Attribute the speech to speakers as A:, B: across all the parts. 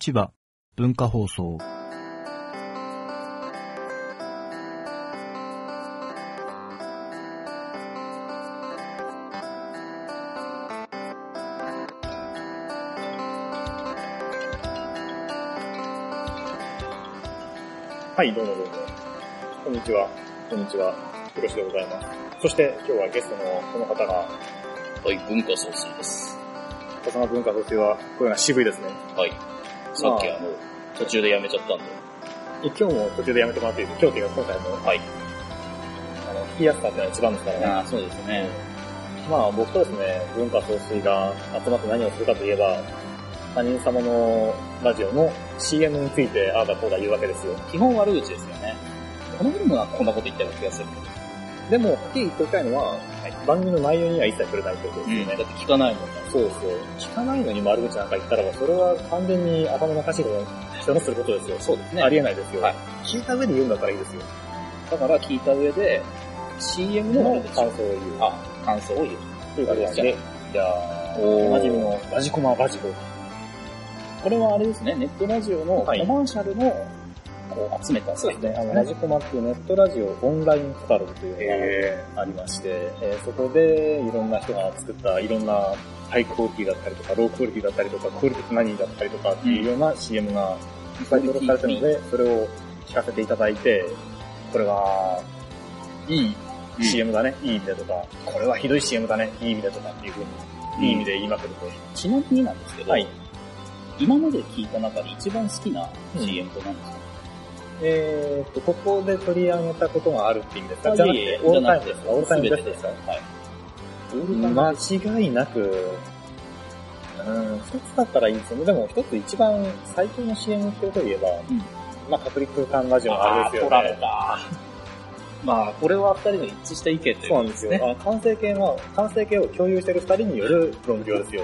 A: 千葉文化放送
B: はい、どうもどうも。こんにちは。こんにちは。ひろしでございます。そして今日はゲストのこの方が、
C: はい、文化創生です。
B: 笠間文化としては、声が渋いですね。
C: はい。さっきあの、途中でやめちゃったんで。
B: 今日も途中でやめてもらっていいです今日というか今回も、
C: はい。
B: あの、聞きやすさっていうのが一番ですからね。
C: あ、そうですね。
B: まあ僕とですね、文化総帥が集まって何をするかといえば、他人様のラジオの CM についてああだこうだ言うわけですよ。
C: 基本悪口ですよね。この部分はこんなこと言ったような気がする。
B: でも、はっきり言っておきたいのは、番組の内容には一切触れないということですよね。
C: だって聞かないもんな。
B: そうですよ。聞かないのに悪口なんか言ったらば、それは完全に頭のおかしいことを人のすることですよ。
C: そうですね。
B: ありえないですよ、
C: はい
B: 聞いた上で言うんだったらいいですよ。
C: だから聞いた上で、CM の
B: の
C: 悪口
B: 感想を言う。
C: あ、感想を言う。
B: ということなんで、
C: じゃあ、
B: おなじみ
C: の。
B: のラジコマラジコ。
C: これはあれですね、ネットラジオのコマ
B: はい
C: ーシャルの、こう集めた
B: そうですね。あの、ラジコマっていうネットラジオオンラインカタログという
C: え
B: のがありまして、えーそこでいろんな人が作ったいろんなハイクオリティだったりとか、ロークオリティだったりとか、クオリティ何だったりとかっていうような CM がいっぱい登録されてるので、それを聞かせていただいて、これは、いい CM だね、いい意味でとか、これはひどい CM だね、いい意味でとかっていうふうに、いい意味で言いまくると。
C: ちなみになんですけど、
B: はい
C: 今まで聞いた中で一番好きな
B: うん
C: CM と何ですか、
B: えーっと、ここで取り上げたことがあるっていう意味ですか
C: あ
B: じゃないく
C: えいえ
B: て、オールタイムですかオールタイムベス
C: 全
B: ト
C: て
B: ですか
C: はい。
B: 間違いなく、うん、一つだったらいいんですよね。でも一つ一番最近の CM ってことで言えば、
C: ん
B: まあ、カプリ空間ラジオのあれですよ
C: 取られ
B: ね。
C: た。まあ、これは二人の一致した意見とい
B: そうな
C: うん
B: ですよ。あの完成形の、完成形を共有してる二人による論評ですよ。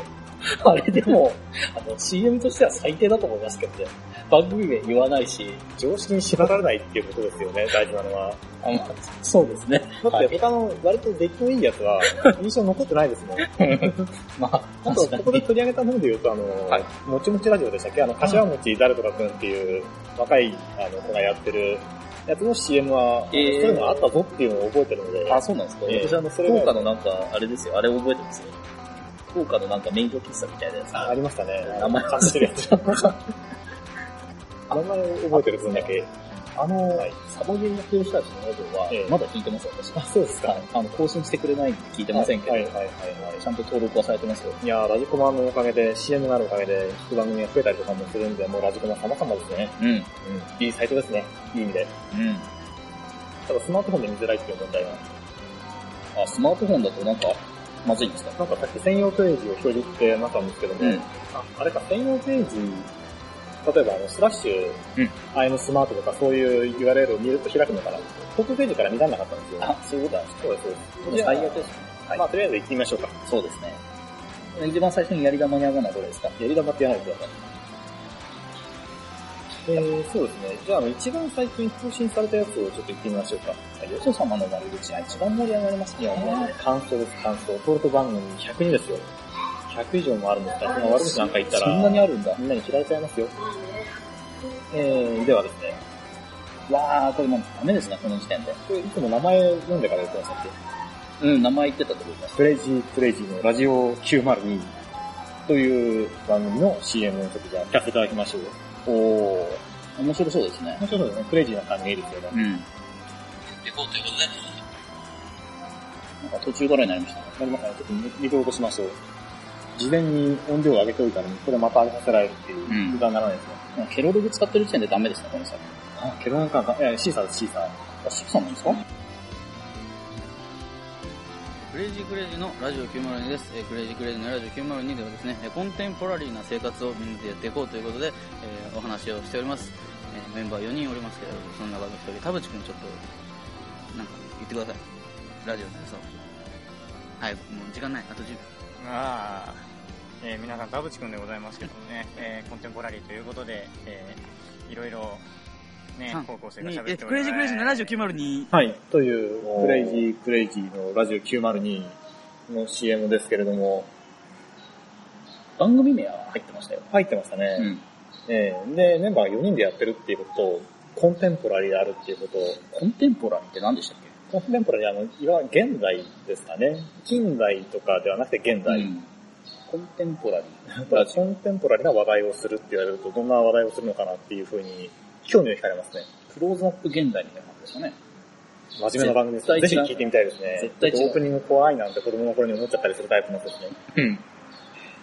C: あれでも、あの、CM としては最低だと思いますけどね。番組名言わないし、
B: 常識に縛られないっていうことです よね、大事なのは。
C: あまあそうですね。
B: だ
C: は
B: って
C: い
B: 他の割と出来のいいやつ は、印象残ってないですもん。
C: まあ、
B: あと、ここで取り上げたもので言うと、あの、
C: はい
B: もちもちラジオでしたっけあの、柏餅誰とかくんっていう若いあの子がやってるやつの CM は、
C: えー
B: そういうのあったぞっていうのを覚えてるので、
C: あ、そうなんですか。
B: ええ
C: 私あの、
B: それは
C: 福岡のなんか、あれですよ。あれ覚えてますよ。福岡のなんか免許喫茶みたいなやつ。
B: ありましたね。
C: 名前
B: 走ってるやつ。名前覚えてる分だけ。
C: あの、
B: はい
C: サボゲンやってる人たちのラジオは
B: ええ、
C: まだ聞いてます、私。
B: あ、そうですか。
C: はいあの、更新してくれないって聞いてませんけど、
B: はいはいはいはい
C: ちゃんと登録はされてますよ。
B: いやーラジコマのおかげで、CM があるおかげで、聞く番組が増えたりとかもするんで、もうラジコマ様々ですね。
C: うん。うん。
B: うん。いいサイトですね。いい意味で。ただスマートフォンで見づらいっていう問題が。
C: あ、スマートフォンだとなんか、まずいんですか
B: なんかさっき専用ページを表示ってなったんですけども、
C: うん
B: ああれか、専用ページ、例えばあのスラッシュ、
C: うん
B: IM スマートとかそういう URL を見ると開くのかな。トップページから見られなかったんですよ。
C: あ、そういうことなんです
B: そうです、そう
C: こ
B: です。
C: れ最悪ですね。
B: まあとりあえず行ってみましょうか。
C: そうですね。一番最初にやり玉にあがるのはどれですか
B: やり玉ってやらないでください。えー、そうですね。じゃああの、一番最近更新されたやつをちょっと行ってみましょうか。
C: よそ様の悪口が一番盛り上がりますね。
B: いや、もうね、感想です、感想。トルト番組102ですよ。100以上もあるんですから、そんな悪口なんか言ったら、
C: そんなにあるんだ。
B: みんなに嫌われちゃいますよ。えー、ではですね、
C: わー、これもうダメですね、この時点で。
B: これいつも名前読んでから言ってましたっけ
C: うん、名前言ってたと思います。
B: クレイジークレイジーのラジオ902という番組の CM をちょっとじゃあ聞かせていただきましょう。
C: おお、面白そうですね。
B: 面白そうですね。クレイジーな感じがいいですよね。
C: うん。レポートいうことで。なんか途中からになりましたね。
B: なりますから、ちょっとリコードしましょう。事前に音量を上げておいたのに、これまた上げさせられるっていう、
C: うん
B: 無駄にならないですね。
C: もうケロログ使ってる時点でダメですね、この作品。
B: あ、ケロなんかが、いや、シーサーです、シーサー。
C: あ、シクさんなんですか
D: クレイジークレイジーのラジオ902です。えークレイジークレイジーのラジオ902ではですね、えーコンテンポラリーな生活をみんなでやっていこうということで、えーお話をしております。えーメンバー4人おりますけれど、その中の1人、田淵くんちょっと、なんか言ってください。ラジオの予想。はい、もう時間ない。あと10秒。
E: まあ、えー皆さん、田淵くんでございますけどもね、えーコンテンポラリーということで、えーいろいろ、ね
D: 三、
E: 高校生が
D: に
E: 喋
D: え
E: っております。
D: クレイジークレイジーのラジオ902。
B: はい。という、
C: おー
B: クレイジークレイジーのラジオ902の CM ですけれども、
C: 番組名は入ってましたよ。
B: 入ってましたね。
C: うん。
B: えーで、メンバーが4人でやってるっていうことと、コンテンポラリーであるっていうこと、
C: コンテンポラリーって何でしたっけ
B: コンテンポラリーはあの、いわゆる現代ですかね。近代とかではなくて現代。
C: うんコンテンポラリー。
B: だからコンテンポラリーな話題をするって言われると、どんな話題をするのかなっていうふうに、興味を惹かれますね。
C: クローズアップ現代みたいな感じでしたね。
B: 真面目な番組です。
C: 絶
B: ぜ
C: 対
B: ひ聞
C: 違う
B: いてみたいですね。
C: 絶対違
B: ち
C: う
B: ょっとオープニング怖いなんて子供の頃に思っちゃったりするタイプなんですね。
C: うん。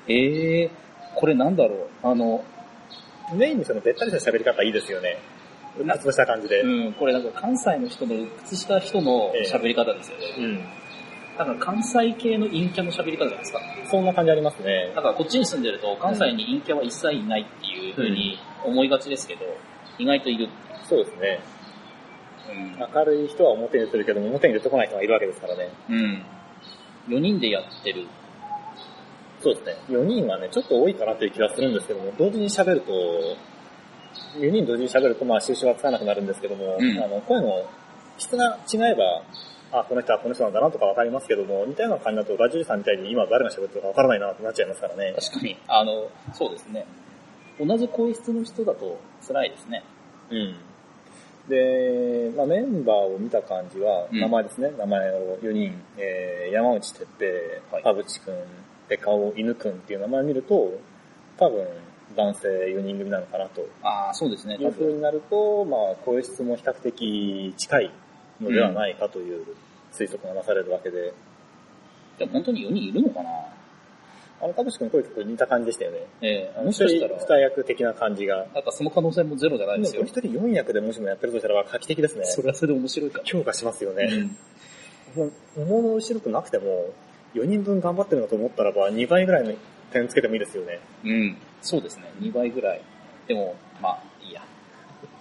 C: ええー、これなんだろう。あの、
B: メインにそのべったりした喋り方いいですよね。う
F: な
B: つぶした感じで。
F: うん、これなんか関西の人の鬱屈した人の喋り方ですよね。
B: うん。
F: なんか関西系の陰キャの喋り方じゃないですか。
B: そんな感じありますね。
F: なんかこっちに住んでると関西に陰キャは一切いないっていうふうに思いがちですけど、意外といる。
B: そうですね。
F: うん
B: 明るい人は表に出てるけども、表に出てこない人がいるわけですからね。
C: うん。
F: 4人でやってる。
B: そうですね。4人はね、ちょっと多いかなという気がするんですけども、同時に喋ると、4人同時に喋ると、まあ、収集はつかなくなるんですけども、
C: うん
B: あの、声の質が違えば、あ、この人はこの人なんだなとかわかりますけども、似たような感じだと、ラジオさんみたいに今誰が喋ってるかわからないなってなっちゃいますからね。
F: 確かに。あの、そうですね。同じ声質の人だと辛いですね。
B: うん。で、まあ、メンバーを見た感じは、
C: うん
B: 名前ですね、名前を4人、えー、山内哲平、田淵くん、で顔犬くんっていう名前を見ると、多分、男性4人組なのかなと
C: ああ、そうですね。
B: いう風になると、まあ、声質も比較的近いのではないかという推測がなされるわけで、
C: でも本当に4人いるのかな
B: あの、田淵くん声結構似た感じでしたよね。
C: ええ
B: あの
C: も
B: 一
C: しかした
B: 人
C: ら、
B: 二役的な感じが。
C: なんかその可能性もゼロじゃないで
B: ですも
C: よ
B: 一。人4役でもしもやってるとしたら画期的ですね。
C: それはそれで面白いかも。
B: 強化しますよね。
C: うん
B: もう、もの後ろくなくても、4人分頑張ってるのと思ったらば、2倍ぐらいの点つけてもいいですよね。
C: うん。
F: そうですね。2倍ぐらい。でも、まあ、いいや。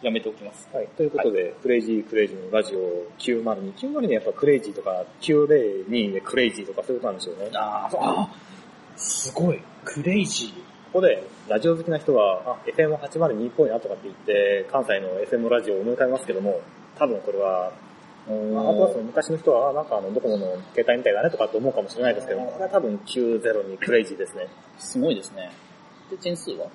F: やめておきます。
B: はい。ということで、クレイジークレイジーのラジオ902。902でやっぱクレイジーとか、902でクレイジーとかそういうことなんでしょうね。
F: あーあー、すごい。クレイジ
B: ここで、ラジオ好きな人は、あ、FM802 っぽいなとかって言って、関西の FM ラジオを思い浮かべますけども、多分これは、
F: ー。う
B: まあ、あとはその昔の人は、あなんかあの、ドコモの携帯みたいだねとかって思うかもしれないですけども、これは多分902クレイジーですね。
F: すごいですね。で、点数は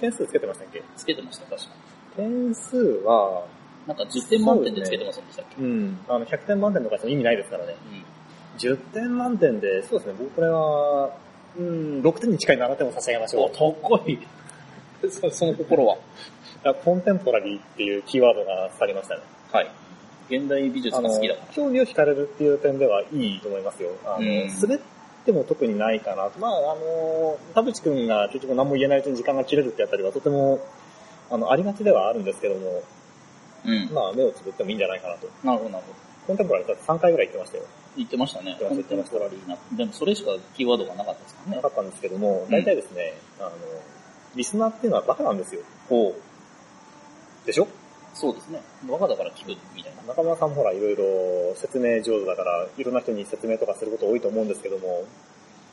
B: 点数つけてましたっけ
F: つけてました、確か。
B: 点数は、
F: なんか10点満点でつけてませんでしたっけ
B: うん。あの、100点満点とかしても意味ないですからね。10点満点で、そうですね、僕これは、うん、6点に近い7点を差し上げましょう。
F: 高 い。そその心は
B: あコンテンポラリーっていうキーワードが刺さりましたね。
F: はい。現代美術
B: あ
F: が
B: の
F: 好きだか、
B: 興味を惹かれるっていう点ではいいと思いますよ。あの、
C: うん
B: 滑っても特にないかなと。まあ、あの、田淵くんが結局何も言えないうちに時間が切れるってあたりはとても、あの、ありがちではあるんですけども、
C: うん。
B: まあ、目をつぶってもいいんじゃないかなと。
F: ら。なるほど、なるほど。
B: コンテンポラリーだって3回ぐらい言ってましたよ。
F: 言ってましたね。
B: 言
F: コ
B: ってま
F: ン
B: した
F: テンポラリーな。でもそれしかキーワードがなかったですから
B: な
F: ね。
B: かったんですけども、大体ですね、あの、リスナーっていうのはバカなんですよ。ほう。でしょ
F: そうですね。バカだから聞くみたいな。
B: 中村さんもほら、いろいろ説明上手だから、いろんな人に説明とかすること多いと思うんですけども、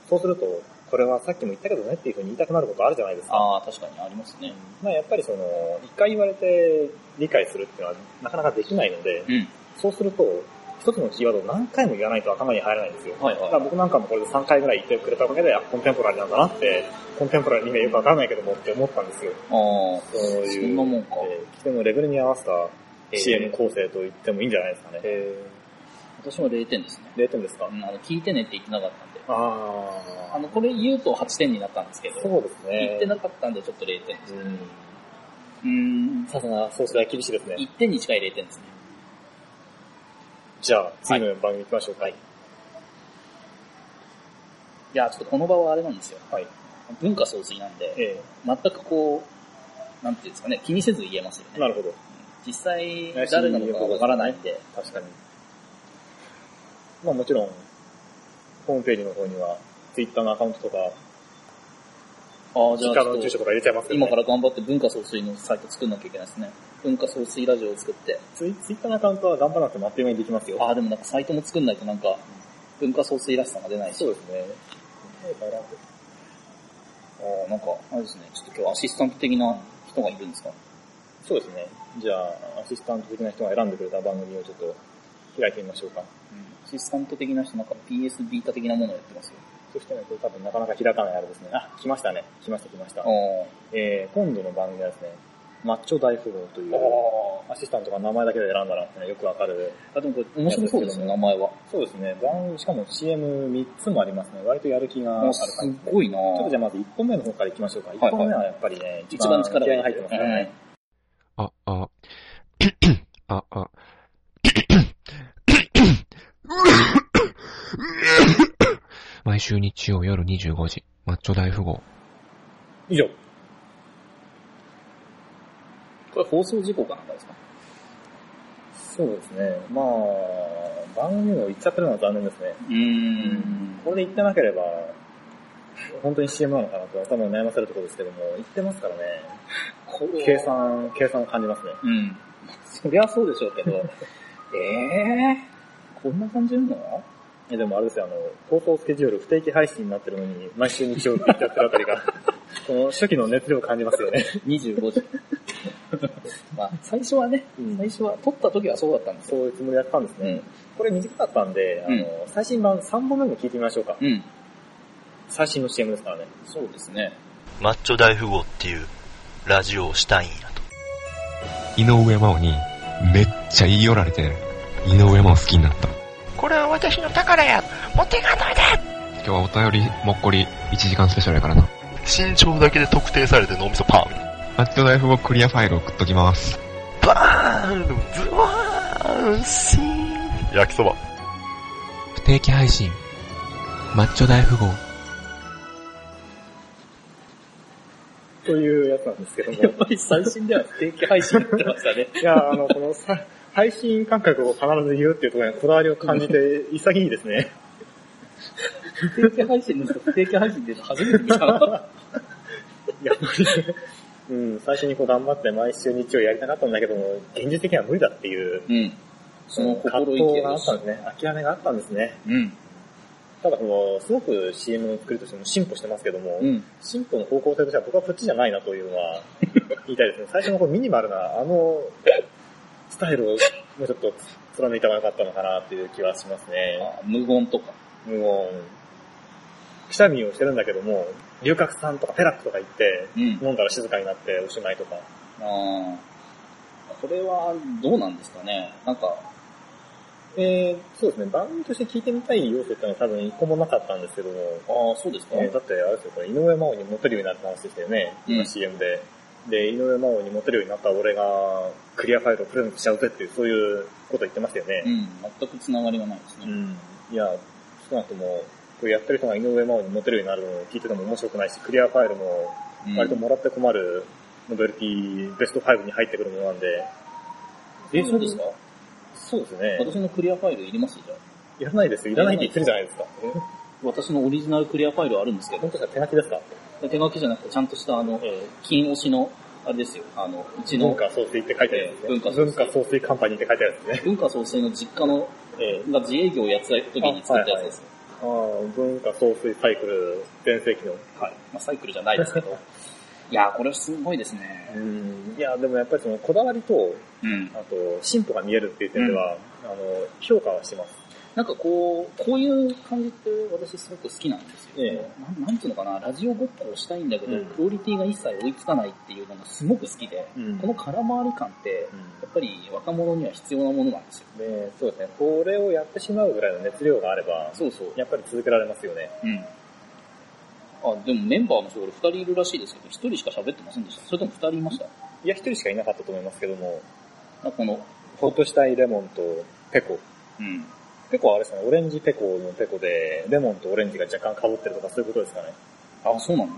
B: そうすると、これはさっきも言ったけどねっていうふうに言いたくなることあるじゃないですか。
F: ああ、確かにありますね。
B: まあやっぱりその、一回言われて理解するっていうのはなかなかできないので、
C: うん。
B: そうすると、一つのキーワードを何回も言わないと頭に入らないんですよ。
F: はいは
B: だ
F: い
B: から僕なんかもこれで3回ぐらい言ってくれたおかげで、あ、コンテンポラリーなんだなって、コンテンポラリーの意味はよくわからないけどもって思ったんですよ。
F: あ
B: そうい
F: あ、
B: う。
F: そんなもんか。
B: えー規定のレベルに合わせた
F: えー
B: CM 構成と言ってもいいんじゃないですかね。
F: 私も0点ですね。
B: 0点ですか、
F: うんあの、聞いてねって言ってなかったんで。
B: あ
F: あの、これ言うと8点になったんですけど、
B: そうですね。
F: 言ってなかったんでちょっと0点。
B: うん。
F: うん、
B: さすが、総帥は厳しいですね
F: 1。点に近い0点ですね。
B: じゃあ、次の番組行きましょうか。
F: いや、ちょっとこの場はあれなんですよ。
B: はい
F: 文化創水なんで、
B: え
F: 全くこう、なんていうんですかね、気にせず言えますよ
B: え
F: ね。
B: なるほど。
F: 実際、誰なのかわからないんで、
B: 確かに。まあもちろん、ホームページの方には、Twitter のアカウントとか、
F: ああ、じゃ
B: 実家
F: あちょ
B: の
F: っ
B: 住所
F: と、
B: とか入れちゃいますけど、
F: 今
B: ね。
F: から頑張って文化創水のサイト作んなきゃいけないですね。文化創水ラジオを作って、
B: ツイツイッターのアカウントは頑張らなくてもあっという間にできますよ。
F: ああ、でもなんかサイトも作んないとなんか、文化創水らしさが出ないし、
B: そうですね。
F: ああ、なんか、あれですね、ちょっと今日アシスタント的な人がいるんですか
B: そうですね。じゃあ、アシスタント的な人が選んでくれた番組をちょっと開いてみましょうか。
F: アシスタント的な人なんか PS ビータ的なものをやってますよ。
B: としてないと多分なかなか開かないあれですね。あ、来ましたね。来ました来ました。
F: おー
B: えー、今度の番組はですね、マッチョ大富豪という、
F: お
B: アシスタントが名前だけで選んだなってね、よくわかる。
F: ーあ、でもこれ面白そうですね、名前は。
B: そうですね、番しかも CM3 つもありますね。割とやる気があ
F: も
B: る
F: うす
B: 感じですね。
F: ごいな
B: ちょっとじゃあまず1本目の方からいきましょうか。1本目はやっぱりね、
F: 一番力
B: 気合が入ってますからね。
G: あ、あ、 あ、あ、 毎週日曜夜25時、マッチョ大富豪。
B: 以上。
F: これ放送事故かなんかですか
B: そうですね、まあ、番組を言っちゃってるのは残念ですね。
C: うーん。
B: これで言ってなければ、本当に CM なのかなと頭を悩ませるところですけども、言ってますからね、
F: これ
B: 計算、計算を感じますね。
C: うん。
F: そりゃそうでしょう けど、えー、こんな感じなの
B: えでもあれですよ、あの、放送スケジュール不定期配信になってるのに、毎週日曜日って言っちゃってるあたり が、この初期の熱量を感じますよね。
F: ?25 時。まあ、最初はね、最初は、撮った時はそうだったんです
B: そういうつもりだったんですね。
F: うん
B: これ短かったんで、あの、最新版3本目も聞いてみましょうか。
C: うん。
B: 最新の CM ですからね。
F: そうですね。
H: マッチョ大富豪っていうラジオをしたいんやと。
G: 井上真央に、めっちゃ言い寄られて、井上真央好きになった。
H: これは私の宝や持っていかないで
G: 今日はお便り、もっこり、1時間スペシャルやからな。
H: 身長だけで特定されて脳みそパン
G: マッチョ大富豪クリアファイル送っときます。
H: バーンズワーンシーン焼きそば。
G: 不定期配信、マッチョ大富豪。
B: というやつなんですけども。
F: やっぱり最新では不定期配信になってましたね。
B: いや、あの、このさ、配信感覚を必ず言うっていうところにこだわりを感じ て、潔いですね。
F: 不定期配信の人、不定期配信で初めて見た
B: やっぱり、うん、最初にこう頑張って毎週日曜やりたかったんだけども、現実的には無理だっていう、
C: 嗯
F: うん。その
B: 葛
F: 心
B: 藤
F: 意気
B: があ
F: で
B: っ
F: す
B: たん。ですね。諦めがあったんですね。
C: 嗯
F: うん。
B: ただ、この、すごく CM の作りとしても進歩してますけども、
C: 嗯
F: うん。
B: 進歩の方向性としては僕はこっちじゃないなというの は言いたいですね。最初のこうミニマルな、あの、スタイルをもうちょっと貫いた方が良かったのかなっていう気はしますね。
F: あ無言とか。
B: 無言。くしゃみをしてるんだけども、龍角散とかペラックとか言って、
F: うん。
B: 飲んだら静かになっておしまいとか。
F: ああ。これは、どうなんですかね。なんか、
B: えー、そうですね、番組として聞いてみたい要素ってのは多分一個もなかったんですけども、
F: ああ、そうですか。
B: えーだってあれですよ、これ井上真央にモテるようになった話でしたよね、
F: う
B: 今
F: ん
B: CM で。で、井上真央にモテるようになった俺が、クリアファイルをプレゼントしちゃうぜっていう、そういうこと言ってましたよね。
F: うん。全く繋がりがないですね。
B: いや、少なくとも、これやってる人が井上真央にモテるようになるのを聞いてても面白くないし、クリアファイルも
F: うん
B: 割ともらって困るノベルティベスト5に入ってくるものなんで、
F: え、そうですか
B: そうですね。
F: 私のクリアファイルいりますじゃあ。
B: いらないですよ。いらないって言ってるじゃないですか。
F: 私のオリジナルクリアファイルあるんですけ
B: 本当に手書きですか
F: ど、手書きじゃなくて、ちゃんとした、あの、
B: え
F: 金押しの、あれですよ、あの、うち
B: 文
F: の、
B: 化創水って書いてあるやつですね。
F: 文化創
B: 文
F: 水
B: 化創水カンパニーって書いてあるやつですね。
F: 文化創生の実家の、
B: え
F: が自営業をやってた時に作ったやつです。
B: あー文化創水サイクル全盛期の。
F: はい。まあ、サイクルじゃないですけ ど。いやー、これはすごいですね。
B: うん。いや、でもやっぱりそのこだわりと、
F: うん。
B: あと、進歩が見えるっていう点では、あの、評価はしてます。
F: なんかこう、こういう感じって私すごく好きなんですよ。
B: え
F: なんなんていうのかな、ラジオごっこをしたいんだけど、
B: うん
F: クオリティが一切追いつかないっていうのがすごく好きで、
B: うん
F: この空回り感って、やっぱり若者には必要なものなんですよ。
B: で、そうですね。これをやってしまうぐらいの熱量があれば、
F: そうそう。
B: やっぱり続けられますよね。
F: うん。あ、でもメンバーの人、俺二人いるらしいですけど、一人しか喋ってませんでした。それとも二人いました
B: いや、一人しかいなかったと思いますけども、
F: あこの、
B: ほっとしたいレモンとペコ。
F: うん。
B: ペコはあれですね、オレンジペコのペコで、レモンとオレンジが若干被ってるとかそういうことですかね。
F: あ、そうなの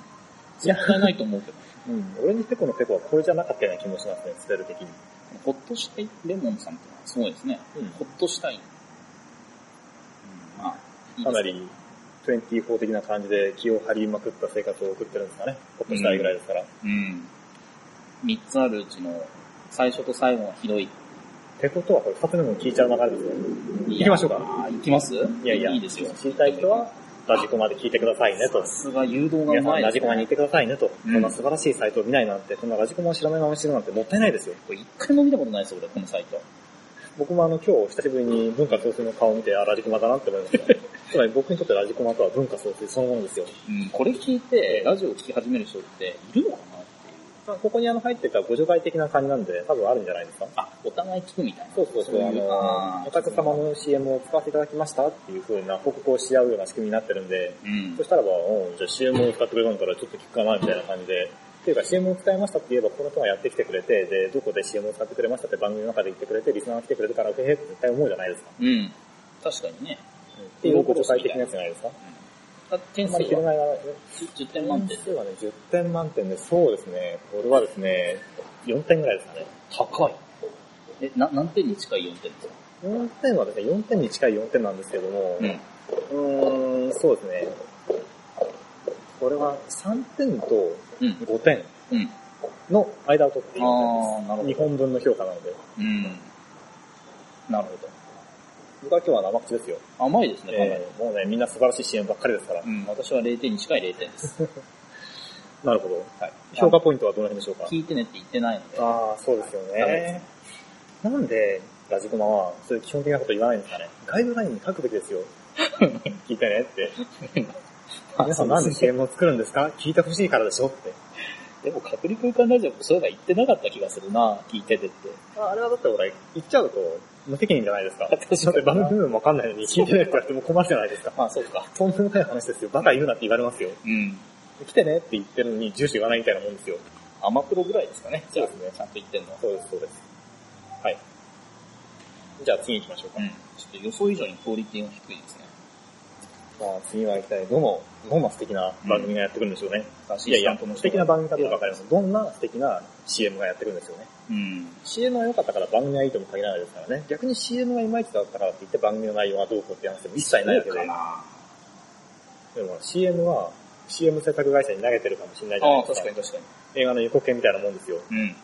F: 絶対ないと思うけど。
B: うん。オレンジペコのペコはこれじゃなかったような気もしますね、スペル的に。
F: ほっとしたいレモンさんってのはすごいですね。
B: うん
F: ほっとしたい。うん、まあ、いいで
B: か
F: す
B: なり、24的な感じで気を張りまくった生活を送ってるんですかね。ほっとしたいぐらいですから。
F: うん。三つあるうちの、最初と最後がひどい。
B: ペコとはこれ二つ目も聞いちゃう流れですよ。
F: 行
B: 行きましょう
F: う
B: か。
F: か。行きます
B: いやいや、
F: いいですよ。
B: 知りたい人は、ラジコまで聞いてくださいねと
F: さ。すが誘導が
B: 皆
F: う
B: さ
F: ま
B: ん
F: い
B: ラ
F: で
B: ジ
F: す
B: コマに行っ
F: ね。
B: てくださいねと。
F: うん
B: こんな素晴らしいサイトを見ないなんて、こんなラジコマを知らないままにしてるなんてもったいないですよ。
F: これ一回も見たことないですよ、俺、このサイト。
B: 僕もあの今日久しぶりに文化創生の顔を見て、あ、ラジコマだなって思いました。つまり僕にとってラジコマとは文化創生そのものですよ。
F: うん、これ聞いて、ラジオを聞き始める人っているのかな
B: まあ、ここにあの入ってたご助会的な感じなんで、多分あるんじゃないですか。
F: あ、お互い聞くみたいな。
B: そうそうそう、あの、お宅様の CM を使わせていただきましたっていう風な報告をし合うような仕組みになってるんで、
F: うん
B: そ。したらば、うん、じゃあ CM を使ってくれたんだからちょっと聞くかなみたいな感じで、っていうか CM を使いましたって言えばこの人がやってきてくれて、で、どこで CM を使ってくれましたって番組の中で言ってくれて、リスナーが来てくれるから、へへって絶対思うじゃないですか。
F: うん。確かにね。
B: っていうご助会的なやつじゃないですか。
F: あ点
B: あんま
F: 数
B: り広が
F: は
B: りがない。
F: 10点満点
B: 点。数はね、10点満点で、そうですね、これはですね、4点ぐらいですかね。
F: 高い。え、な、何点に近い4点って
B: 4点はですね、4点に近い4点なんですけども、
F: う
B: うんーん、そうですね。これは3点と
F: うん
B: 5点
F: うん。
B: の間を取っている
F: あーなるほど
B: 2本分の評価なので。
F: うん。なるほ
B: 僕は今日は生口ですよ。
F: ど。甘いですね、かなり。
B: えーもうね、みんな素晴らしい CM ばっかりですから。
F: うん、私は0点に近い0点です。
B: なるほど。
F: はい。
B: 評価ポイントはどの辺でしょうか
F: 聞いてねって言ってないので。
B: ああ、そうですよ
F: ダメで
B: ね。なんで、ラジコマは、そういう基本的なこと言わないんですかね。ガイドラインに書くべき ですよ。聞いてねって。皆さんなんで CM を作るんですか聞いてほしいからでしょって。
F: でも、隔離空間ラジオもそういえば言ってなかった気がするな聞いててって。
B: ああれはだってほら、言っちゃうと、無責任じゃないです か。だ
F: 確かに
B: って番組分もわかんないのに聞いてないって言われても困るじゃないですか。
F: まあ、そうか。
B: とんでもない話ですよ。バカ言うなって言われますよ。
F: うん。
B: 来てねって言ってるのに住所言わないみたいなもんですよ。
F: アマプロぐらいですかね。そうですね。ちゃんと言ってんのは。
B: そうです、そうです。はい。じゃあ次行きましょうか。
F: うん。ちょっと予想以上にクオリティが低いですね。
B: まあ次は一体どの、どんな素敵な番組がやってくるんでしょうね。いやいや、素敵な番組かどうかわかります。どんな素敵な CM がやってくるんですよね。
F: うん。
B: CM が良かったから番組がいいとも限らないですからね。逆に CM がいまいちだったからって言って番組の内容がどうこうって話でも一切ないわけで。でも CM は CM 制作会社に投げてるかもしれないじゃ
F: あ
B: な
F: あ、
B: いです
F: 確
B: か。
F: かに確か
B: 映画の予告編みたいなもんですよ。
F: に。うん。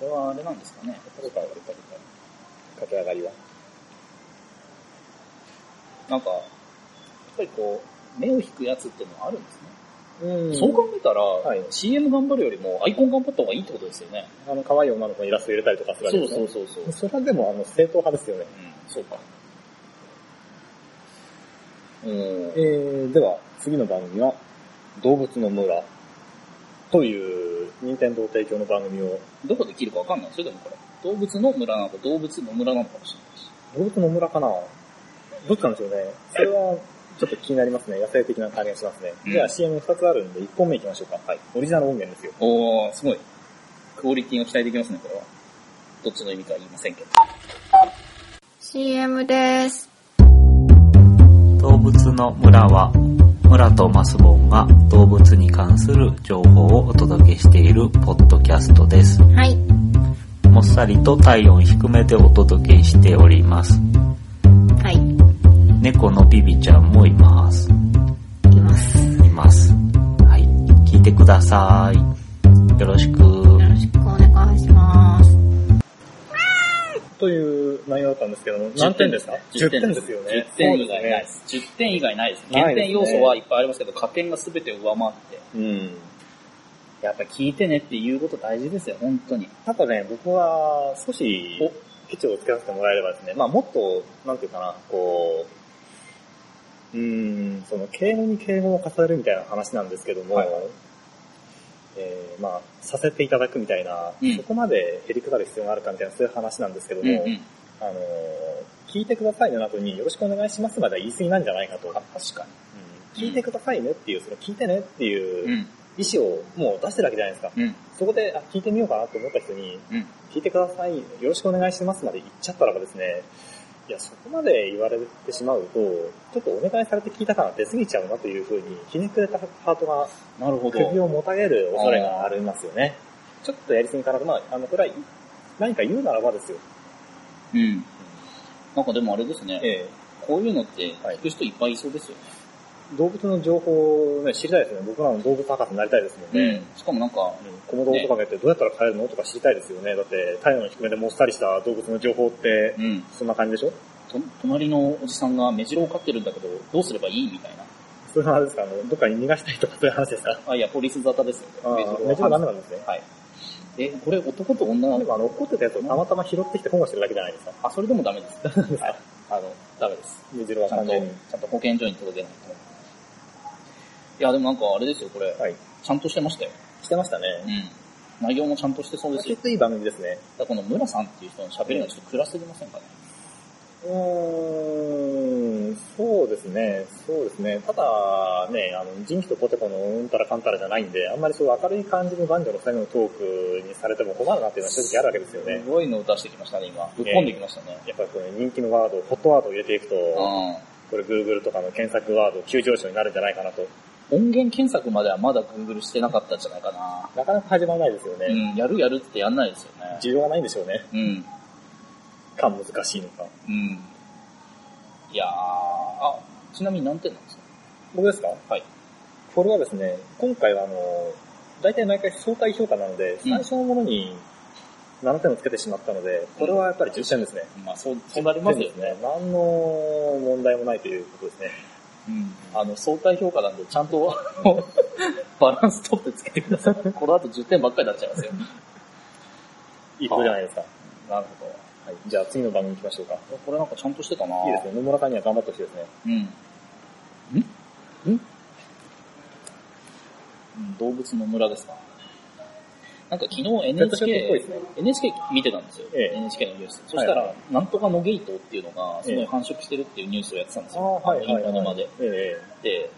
F: これはあれなんですかね。
B: 駆け上がりは。
F: なんか、やっぱりこう、目を引くやつっていうのはあるんですね。
B: う
F: そう考えたら、
B: い
F: CM 頑張るよりもアイコン頑張った方がいいってことですよね。
B: あの、可愛い女の子のイラスト入れたりとかするわけですね。
F: そうそう。
B: それはでも、あの、正当派ですよね。
F: そうか。うん
B: え。ー、では、次の番組は、動物の村という、任天堂提供の番組を、
F: どこで切るかわかんないですよ、でもこれ。動物の村なのか、動物の村なのかもしれないし。
B: 動物の村かなどっちなんでしょうね。それは、ちょっと気になりますね。野生的な感じがしますね。
F: うん
B: じゃあ CM2 つあるんで、1本目いきましょうか。はい。オリジナル音源ですよ。
F: おー、すごい。クオリティが期待できますね、これは。どっちの意味かは言いませんけど。
I: CM です。
A: 動物の村は村とマスボンが動物に関する情報をお届けしているポッドキャストです
I: はい。
A: もっさりと体温低めでお届けしております
I: はい。
A: 猫のビビちゃんもいます
I: いきます。よ
A: いますはい聞いてくださいよろしく
I: ろしくお願いします。
B: という内容だったんですけども、何点ですか
F: ?10 点
B: ですよね。
F: 10点以
B: そう
F: 外ない
B: で
F: ですす。10点以外ないです。
B: ない
F: 減
B: です
F: 点
B: ね
F: 要素はいっぱいありますけど、加点が全てを上回って。
B: ね。うん。
F: やっぱ聞いてねっていうこと大事ですよ、本当に。
B: あとね、僕は少し、ケチをつけさせてもらえればですね、まあもっと、なんていうかな、こう、うーん、その敬語に敬語を重ねるみたいな話なんですけども、えーまあ、させていただくみたいな、
F: うん
B: そこまでへりくだる必要があるかみたいな、そういう話なんですけども、
F: うん
B: あのー聞いてくださいねの後に、よろしくお願いしますまでは言い過ぎなんじゃないかと。確かに。聞いてくださいねっていう、その聞いてねって
F: う。
B: いうん意思をもう出してるわけじゃないですか。
F: うん。
B: そこで、あ、聞いてみようかなと思った人に、
F: うん
B: 聞いてください、よろしくお願いしますまで言っちゃったらばですね、いや、そこまで言われてしまうと、ちょっとお願いされて聞いたから出過ぎちゃうなというふうに、ひねくれたハートが
F: なるほど。
B: 首をもたげる恐れがありますよね。ちょっとやりすぎかな。まあ、あの、これは何か言うならばですよ。
F: うん。なんかでもあれですね。
B: え
F: こういうのって聞く人いっぱいいそうですよね。
B: え動物の情報をね、知りたいですね。僕らの動物博士になりたいですもんね。
F: うんしかもなんか、
B: コモドオトカゲってどうやったら飼えるのとか知りたいですよね。だって、体温の低めでもっさりした動物の情報って、
F: うん、
B: そんな感じでしょ
F: と隣のおじさんが目白を飼ってるんだけど、どうすればいいみたいな。
B: そういう話ですかあの、どっかに逃がしたりとかそういう話ですか
F: あ、いや、ポリス沙汰ですよ。
B: ああ、め
F: 目
B: ちゃ
F: 白
B: ダ
F: は
B: メなんですね。
F: はい。え、これ男と女な
B: で
F: の
B: もあの、落っこってたやつをたまたま拾ってきて保護してるだけじゃないですか。
F: あ、それでもダメです。 はい。あの、ダメです。
B: ゆじろは
F: ちゃん
B: 完
F: と、
B: 全に。
F: ちゃんと保健所に届けないと。いや、でもなんかあれですよ、これ。
B: はい
F: ちゃんとしてましたよ。
B: してました
F: う
B: ね。
F: ん。内容もちゃんとしてそうです
B: き
F: よ
B: っ。といい番組ですね。
F: だからこの村さんっていう人の喋りがちょっと暗すぎませんかね。
B: うーん、そうですね、そうですね。ただ、ね、あの、人気とポテコのうんたらかんたらじゃないんで、あんまりそういう明るい感じの男女の最後のトークにされても困るなっていうのは正直あるわけですよね
F: す。ごいのを出してきましたね、今。ぶっ込んできましたね。
B: やっぱりこの人気のワード、ホットワードを入れていくと、
F: うん。
B: これ Google とかの検索ワード急上昇になるんじゃないかなと。
F: 音源検索まではまだ Google してなかったんじゃないかな。
B: なかなか始まらないですよね。
F: うん、やるやるってやんないですよね。
B: 需要がないんでしょうね。
F: うん。
B: か難しいのか。
F: うん。いやー、あ、ちなみに何点なんですか
B: 僕ですか
F: はい。
B: これはですね、今回はあの、大体毎回相対評価なので、
F: うん
B: 最初のものに7点をつけてしまったので、これはやっぱり10点ですね。
F: まあ、そう、そうなりますよ
B: 10点
F: ね。
B: ですね。何の問題もないということですね。
F: うん。あの、相対評価なんで、ちゃんと、 あのバランス取ってつけてください。この後10点ばっかりになっちゃいますよ。
B: いいことじゃないですか。
F: なるほど。
B: はい。じゃあ次の番組行きましょうか。い
F: これなんかちゃんとしてたない
B: ですね。野村さんには頑張ってほしいですね。
F: うん。んんうん動物の村ですか。なんか昨日
B: ペットショップっ
F: NHK
B: ぽいですね。
F: NHK 見てたんですよ。
B: ええ
F: NHK のニュース。そしたら、
B: はい
F: なんとかのゲイトっていうのが、すご
B: え
F: い
B: え
F: 繁殖してるっていうニュースをやってたんです
B: あ
F: よ。
B: あ、はいはい、
F: インフォ
B: は
F: 沼
B: い
F: で。。
B: え
F: で、
B: え。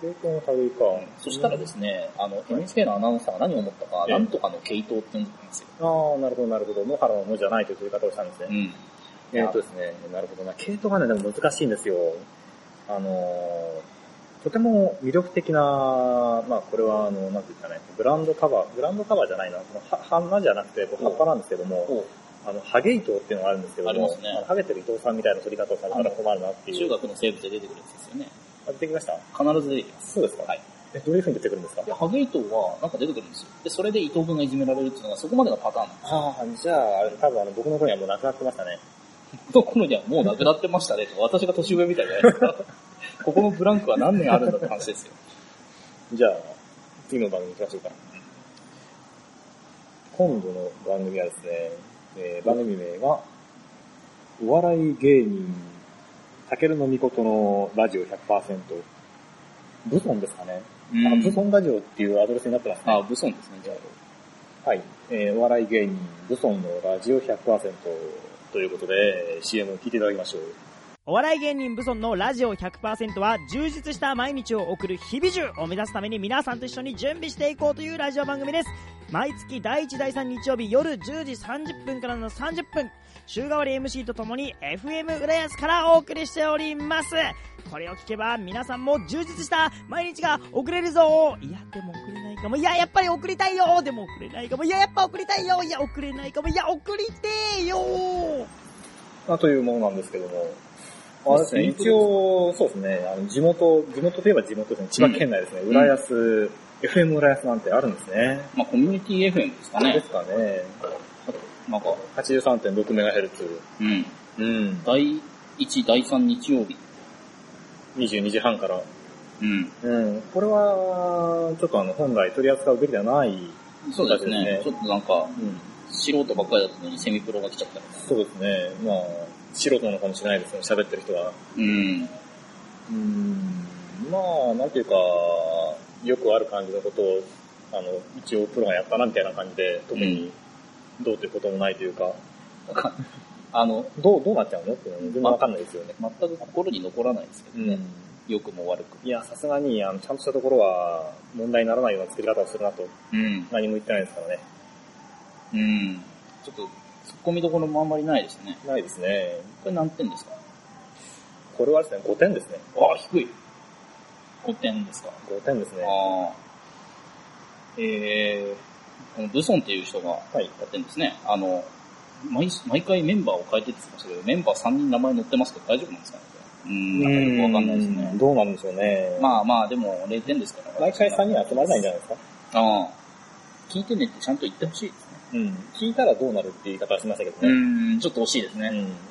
B: 経験は軽いか。
F: そしたらですね、あの、NHK のアナウンサーが何を思ったか、
B: ええ
F: なんとかの系統って呼んでたんですよ。
B: ああ、なるほど、なるほど。野原の無じゃないという言い方をしたんですね。
F: ん。
B: えーっとですね、なるほどな。系統がね、でも難しいんですよ。あのーとても魅力的な、まあこれはあの、なんていうんですかね、ブランドカバー、ブランドカバーじゃないな、このは花じゃなくて、こう葉っぱなんですけども、
F: こう
B: あの、ハゲイトウっていうのがあるんですけども、
F: ありますね
B: のハゲてる伊藤さんみたいな取り方をされたら困るなっていう。
F: 中学の生物で出てくるやつですよね。
B: あ出てきました
F: 必ず出てきます。
B: そうですか
F: はい。
B: え、どういう風に出てくるんですか
F: で、ハゲイトウはなんか出てくるんですよ。で、それで伊藤君がいじめられるっていうのが、そこまでがパターンなんです
B: ああ、じゃあ、あれ多分あの、僕の頃にはもうなくなってましたね。
F: この頃にはもうなくなってましたねとか、私が年上みたいじゃないです か。ここのブランクは何年あるんだって話ですよ。
B: じゃあ、次の番組行きましょうか。今度の番組はですね、えー番組名が、お笑い芸人、たけるのみことのラジオ100%、ブソンですかね。あブソンラジオっていうアドレスになってますね。
F: あ、武装ですね、じゃあ。
B: はい。えーお笑い芸人、ブソンのラジオ100%ということで、CM を聞いていただきましょう。
J: お笑い芸人ブソンのラジオ100%は充実した毎日を送る日々中を目指すために皆さんと一緒に準備していこうというラジオ番組です。毎月第1、第3日曜日夜10時30分からの30分、週替わり MC とともに FM 浦安からお送りしております。これを聞けば皆さんも充実した毎日が送れるぞいや、でも送れないかも。いや、やっぱり送りたいよでも送れないかも。いや、やっぱ送りたいよいや、送れないかも。いや、送りてーよ
B: まあ、というものなんですけども、あれですね、
F: そうです
B: 一
F: ね
B: 応、そうですね、あの地元、地元といえば地元ですね、千葉県内ですね、
F: ん
B: 浦安、FM 浦安なんてあるんですね。
F: まあ、コミュニティ FM ですか
B: で
F: ね
B: す。かね。
F: なんか、
B: 83.6メガヘルツ。
F: うん。
B: うん。
F: 第1、第3日曜日。
B: 22時半から。
F: うん。
B: うん。これは、ちょっとあの、本来取り扱うべきではない。
F: そうですね。
B: そうですね
F: ちょっとなんか、
B: うん。
F: 素人ばっかりだったのにセミプロが来ちゃったみたいな。
B: そうですね。まあ、素人なのかもしれないですね、喋ってる人は。
F: うん。
B: うん。まあ、なんていうか、よくある感じのことを、あの、一応プロがやったなみたいな感じで、特にどうということもないというか、
F: あの、
B: どう、どうなっちゃうのっていうのは全然わかんないですよね。
F: 全く心に残らないですけどね。良、くも悪くも。
B: いや、さすがに、あの、ちゃんとしたところは、問題にならないような作り方をするなと、
F: うん。
B: 何も言ってないですからね。
F: うん。ちょっと、突っ込みどころもあんまりないですね。
B: ないですね。
F: これ何点ですか
B: これはですね、5点ですね。
F: ああ、低い。5点ですか。
B: 5点ですね。
F: ああ。えー、このブソンっていう人が
B: はい。
F: やってるんですね。あの、毎毎回メンバーを変えてって言ってましたけど、メンバー3人名前載ってますけど大丈夫なんですかねうーん、なんかよくわかんないです
B: うん
F: ね。
B: どうなんでしょうね。あ、
F: まあまあ、でも0点ですから。
B: 毎回3人集まれないんじゃないですか。
F: ああ。聞いてねってちゃんと言ってほしいですね。
B: うん。聞いたらどうなるって言い方はしましたけど
F: う
B: ね。
F: ーん、ちょっと惜しいですね。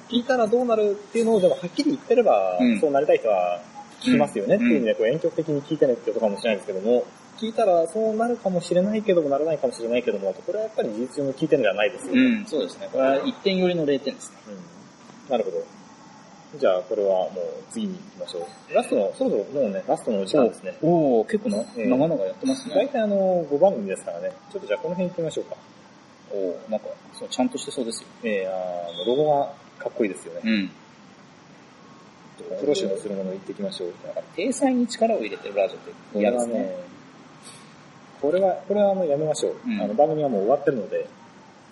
B: 聞いたらどうなるっていうのを、でもはっきり言ってれば、
F: うん
B: そうなりたい人は、聞きますよねっていう意味で、こう、遠曲的に聞いてねってことかもしれないですけども、聞いたらそうなるかもしれないけども、ならないかもしれないけども、これはやっぱり事実上の聞いてるんじゃないですよ
F: う
B: ね。
F: ん、そうですね。これは1点寄りの0点ですね。
B: なるほど。じゃあ、これはもう次に行きましょう。ラストの、そろそろもうね、ラストのお時間ですね。
F: おお結構な、
B: えー
F: 長々やってます
B: 大
F: ね。
B: 体あの、5番組ですからね。ちょっとじゃあこの辺行ってみましょうか。
F: おおなんか、そう、ちゃんとしてそうですよ。
B: えー、あーロゴがかっこいいですよね。
F: ん。
B: プロシのするもの行ってきましょう。
F: なんか、体裁に力を入れてるラジオって
B: これ
F: 嫌で
B: は
F: すね。
B: ね、これは、これはもうやめましょう。
F: うん
B: あの番組はもう終わってるので、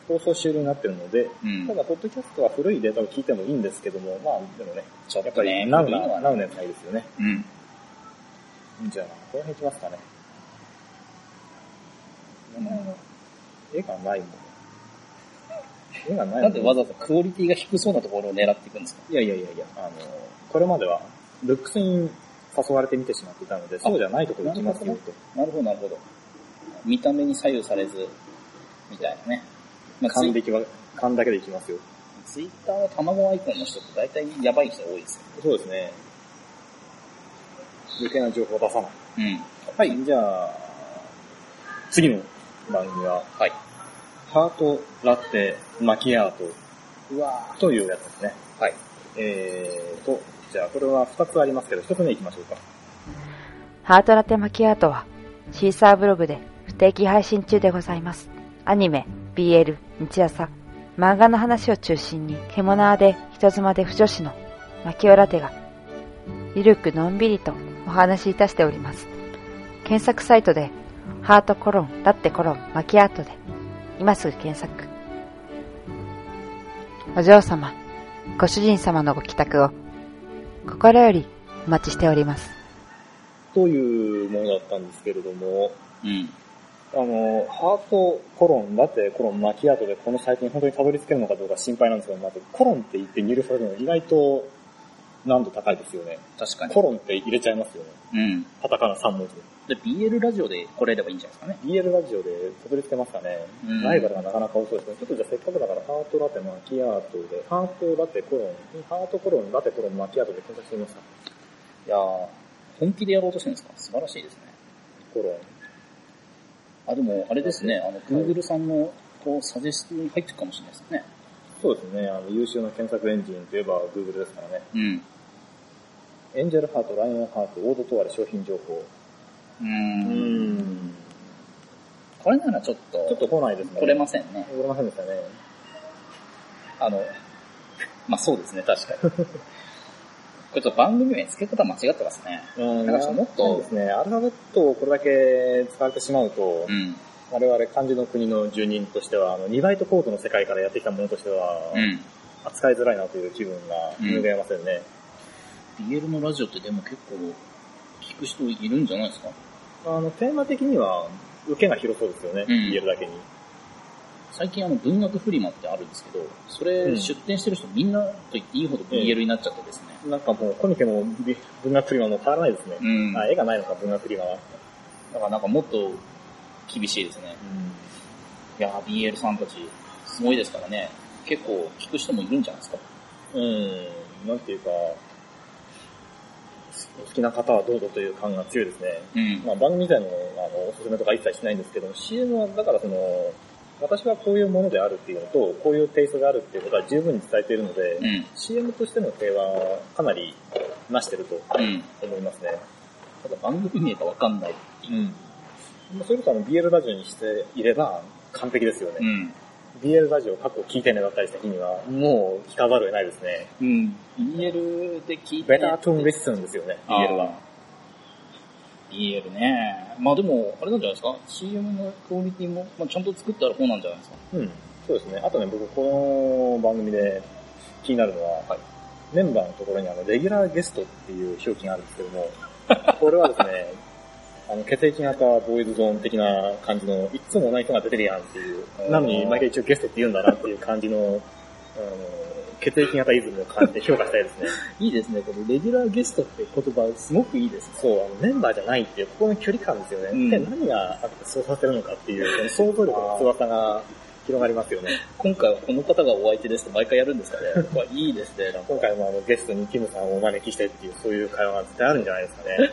B: 放送終了になってるので、
F: うん
B: ただ、ポッドキャストは古いデータを聞いてもいいんですけども、まあ、でもね、
F: ちょ
B: や
F: っ
B: っぱ
F: とね、
B: り、ナウ
F: いいの
B: な、
F: は
B: ナウなやつがいいですよね。
F: うん。
B: じゃあ、この辺行きますかね。絵がないもん。絵がないも
F: なんでわざわざクオリティが低そうなところを狙っていくんですか
B: いやいやいやいや、あの、これまでは、ルックスに誘われて見てしまっていたので、そうじゃないところ行きますよと。
F: なるほど、なるほど。見た目に左右されず、みたいなね。まあ、ツ
B: 勘で
F: イ
B: いきま、勘だけで行きますよ。
F: ツイッターの卵アイコンの人って大体やばい人多いですよ。
B: そうですね。余計な情報を出さない。
F: うん。
B: はい、じゃあ、次の番組は、
F: はい。
B: ハートラテマキアート
F: うわ
B: というやつですね。
F: はい。
B: えーと、じゃあこれは2つありますけど、1つ目いきましょうか。
K: ハートラテマキアートは、シーサーブログで不定期配信中でございます。アニメ、BL、日朝、漫画の話を中心に、獣で人妻で不女子のマキオラテが、ゆるくのんびりとお話しいたしております。検索サイトで、ハートコロン、ラッテコロン、マキアートで、今すぐ検索。お嬢様、ご主人様のご帰宅を、心よりお待ちしております。
B: というものだったんですけれども、
F: うん。
B: あの、ハートコロン、ラテコロン、マキアートでこのサイトに本当にたどり着けるのかどうか心配なんですけど、まずコロンって言って入力されるの意外と難度高いですよね。
F: 確かに。
B: コロンって入れちゃいますよね。
F: うん。
B: カタカナ3文字で。
F: で、BL ラジオでこれやればいいんじゃないですかね。
B: BL ラジオでたどり着けますかね。
F: うん
B: ライバルがなかなか多そうですね。ちょっとじゃあせっかくだからハートラテマキアートで、ハートラテコロン、ハートコロン、ラテコロン、マキアートで検索してみますか。
F: いやー本気でやろうとしてるんですか素晴らしいですね。
B: コロン。
F: あ、でも、あれですね、あの、Google さんの、こう、サジェストに入ってくかもしれないですね。
B: そうですね。あの、優秀な検索エンジンといえば Google ですからね。
F: うん。
B: エンジェルハート、ライオンハート、オードトワレ商品情報。
F: う
B: う
F: ーん。
B: ん。
F: これならちょっと、
B: ちょっと来ないですね。
F: 取れませんね。
B: 取れませんでしたね。
F: あの、 まあそうですね、確かに。これちょっと番組名付け方間違ってますね。
B: うん
F: なんかもっと
B: そうですね。アルファベットをこれだけ使われてしまうと、
F: ん。
B: 我々漢字の国の住人としては、あの、二バイトコードの世界からやってきたものとしては、
F: うん。
B: 扱いづらいなという気分が拭えませんね。
F: BL のラジオってでも結構、聞く人いるんじゃないですか
B: あの、テーマ的には、受けが広そうですよね、
F: うん
B: 言えるだけに。
F: 最近あの文学フリマってあるんですけど、それ
B: うん
F: 出展してる人みんなと言っていいほど BL になっちゃってですね。
B: なんかもう、コミケもび文学フリマも変わらないですね。
F: うん
B: あ、絵がないのか、文学フリマは。
F: だからなんかもっと厳しいですね。いやー BL さんたち、すごいですからね。結構聞く人もいるんじゃないですか。
B: うん、なんていうか、お好きな方はどうぞという感が強いですね。
F: うん
B: まあ、番組自体のあのおすすめとか一切しないんですけども、CM はだからその、私はこういうものであるっていうのと、こういうテイストがあるっていうことは十分に伝えているので、
F: うん。
B: CM としての提案はかなりなしてると
F: うん。
B: 思いますね。
F: ただ番組名がわかんないっていう。
B: まあそれこそあの BL ラジオにしていれば完璧ですよね。
F: ん。
B: BL ラジオ過去聞いてねだったりした日には、もう聞かざるを得ないですね。
F: うん。BL で聞いて。
B: ベタートゥンレッスンですよね、
F: あー
B: BL は。。
F: BL ね。まあでも、あれなんじゃないですか ?CM のクオリティも、まあ、ちゃんと作ってある方なんじゃないですか
B: うん、そうですね。あとね、僕、この番組で気になるのは、メンバーのところにあの、レギュラーゲストっていう表記があるんですけど も、これはですね、あの、血液型ボーイズゾーン的な感じの、いっつも同じ人が出てるやんっていう
F: お、ー
B: なのに毎回一応ゲストって言うんだなっていう感じの、あの、血液型イズムを感じて評価したいですね。
F: いいですね。このレギュラーゲストって言葉、すごくいいです。
B: そう、あの、メンバーじゃないっていう、ここの距離感ですよね。
F: うん
B: で、何があってそうさせるのかっていう、その想像力の強さが広がりますよね。
F: 今回はこの方がお相手ですって毎回やるんで すかね。やっぱいいですね。なんか
B: 今回もあのゲストにキムさんをお招きしてっていう、そういう会話が絶対あるんじゃないですかね。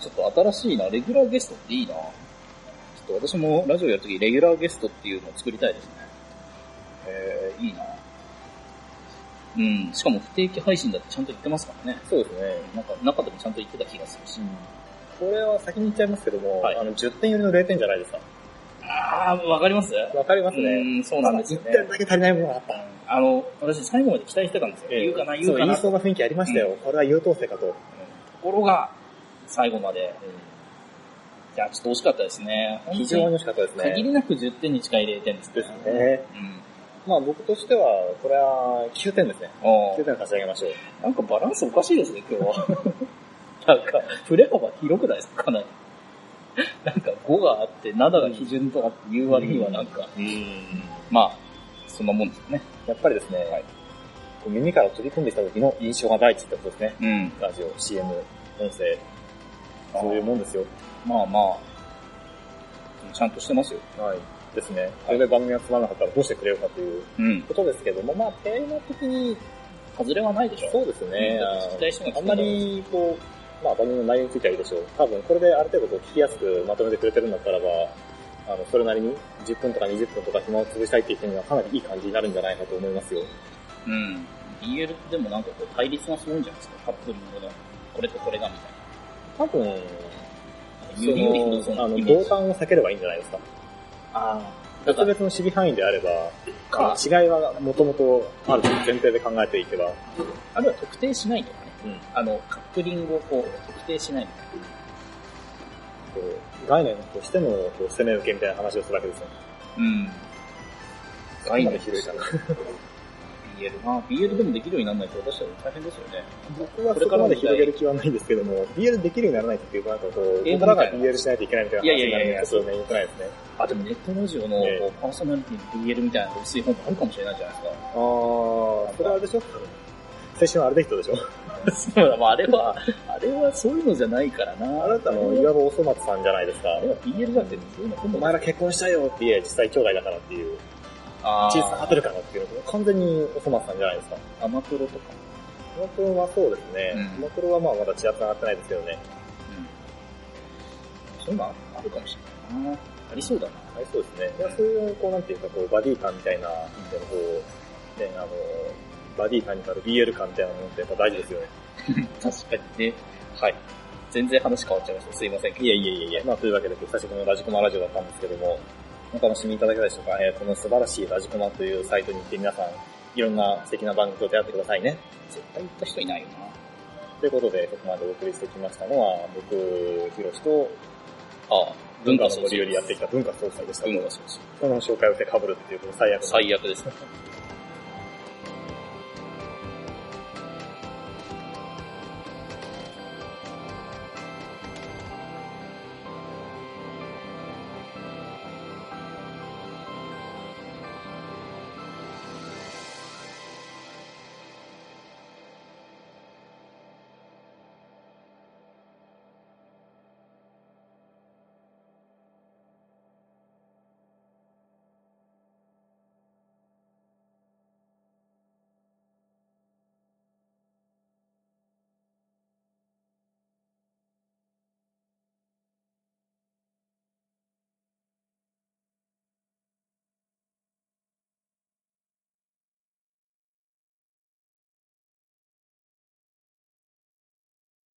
F: ちょっと新しいな。レギュラーゲストっていいな。ちょっと私もラジオやるときレギュラーゲストっていうのを作りたいですね。えー、いいな。うん。しかも不定期配信だってちゃんと言ってますからね。
B: そうですね。
F: なんか中でもちゃんと言ってた気がするし。
B: これは先に言っちゃいますけども、あの10点よりの0点じゃないですか。
F: ああ、わかります
B: わかりますね。
F: うん、そうなんですよ、ね。
B: 1点だけ足りないものがあった。
F: あの、私最後まで期待してたんですよ。言うかな、言
B: そうう、
F: か
B: 言。
F: ない
B: そうな雰囲気ありましたよ。これは優等生かと。
F: ところが、最後まで。いや、ちょっと惜しかったですね。
B: 非常に惜しかったですね
F: 限りなく10点に近い0点ですね。です
B: ね。まあ僕としては、これは9点ですね。
F: 9
B: 点差し上げましょう。
F: なんかバランスおかしいですね、今日は。 なんか、振れ幅広くないですか、かなり。 なんか5があって、7が基準とかっていう割にはなんか、まあ、そんなもんですよね。
B: やっぱりですね、こう耳から飛び込んできた時の印象が第一ってことですね。
F: うん。
B: ラジオ、CM、音声、そういうもんですよ。
F: まあまあ、ちゃんとしてますよ。
B: はい。ですね。それで番組がつまらなかったらどうしてくれるかという
F: うん。
B: ことですけども、まあテーマ的に、
F: 外れはないでしょ
B: そうですね。
F: うんだって期待しても
B: あんまり、こう、まあ番組の内容についてはいいでしょう。多分これである程度こう聞きやすくまとめてくれてるんだったらば、あの、それなりに10分とか20分とか暇を潰したいっていう人にはかなりいい感じになるんじゃないかと思いますよ。
F: うん。BL ってでもなんかこう対立がすごいんじゃないですか。カップリングの、これとこれがみたいな。
B: 多分、
F: その
B: その、あの、同感を避ければいいんじゃないですか。
F: あ
B: 別々の守備範囲であれば、違いはもともとある前提で考えていけば、
F: あるいは特定しないとかね。
B: うん
F: あの、カップリングをこう、特定しないみたいな。
B: こう概念としてのこう攻め受けみたいな話をするわけですよね。
F: うん。概
B: ま
F: 念
B: で広いかな。
F: BL な BL でもできるようにならないと私たち大変ですよね。
B: 僕はそこまで広げる気はないんですけども、BL できるようにならないっていうか、なんかこう、
F: 英
B: 僕
F: 語
B: らが
F: みたいな
B: BL しないといけないみたい
F: い
B: な
F: や
B: 話
F: い
B: に
F: やい
B: なるんで、
F: やいや
B: ちょっとね、良くないですね。
F: あ、でもネットラジオの
B: ええ
F: こうパーソナリティの BL みたいな薄い本もあるかもしれないじゃないですか。
B: あー、それはあれでしょ青春はあれで人でしょ
F: そうだ、 まあ、あれは、あれはそういうのじゃないからな。
B: あなたの、いわばおそ松さんじゃないですか。
F: あれは BL だって、そういうの今
B: お前ら結婚したよって言え、実際兄弟だからっていう、
F: あ
B: 小さなホテルかなっていうの完全におそ松さんじゃないですか。
F: アマプロとか。
B: マクロはそうですね。マクロはまあまだ血圧上がってないですけどね。
F: そういうのあるかもしれないな。ありそうだな。
B: はい、そうですね。いや、そういう、こう、なんていうか、こう、バディ感みたいな、みたいな、こう、ね、あの、バディ感にからる BL 感みたいなものってやっぱ大事ですよね。
F: 確かにね。はい。全然話変わっちゃいました。すいません。
B: いやいやいやいや、まあ、というわけで、久しぶりのラジコマラジオだったんですけども、お楽しみいただけたでしょうか。えーこの素晴らしいラジコマというサイトに行って皆さん、いろんな素敵な番組と出会ってくださいね。
F: 絶対行った人いないよな。
B: ということで、ここまでお送りしてきましたのは、僕、ひろしと、
F: ああ、
B: 文
F: 文
B: 化
F: 化
B: の
F: 総
B: 森
F: 裁
B: よりやってきた文化総裁でした。
F: 文化総裁。
B: この紹介をして被るっていう、この最悪。
F: 最悪ですね。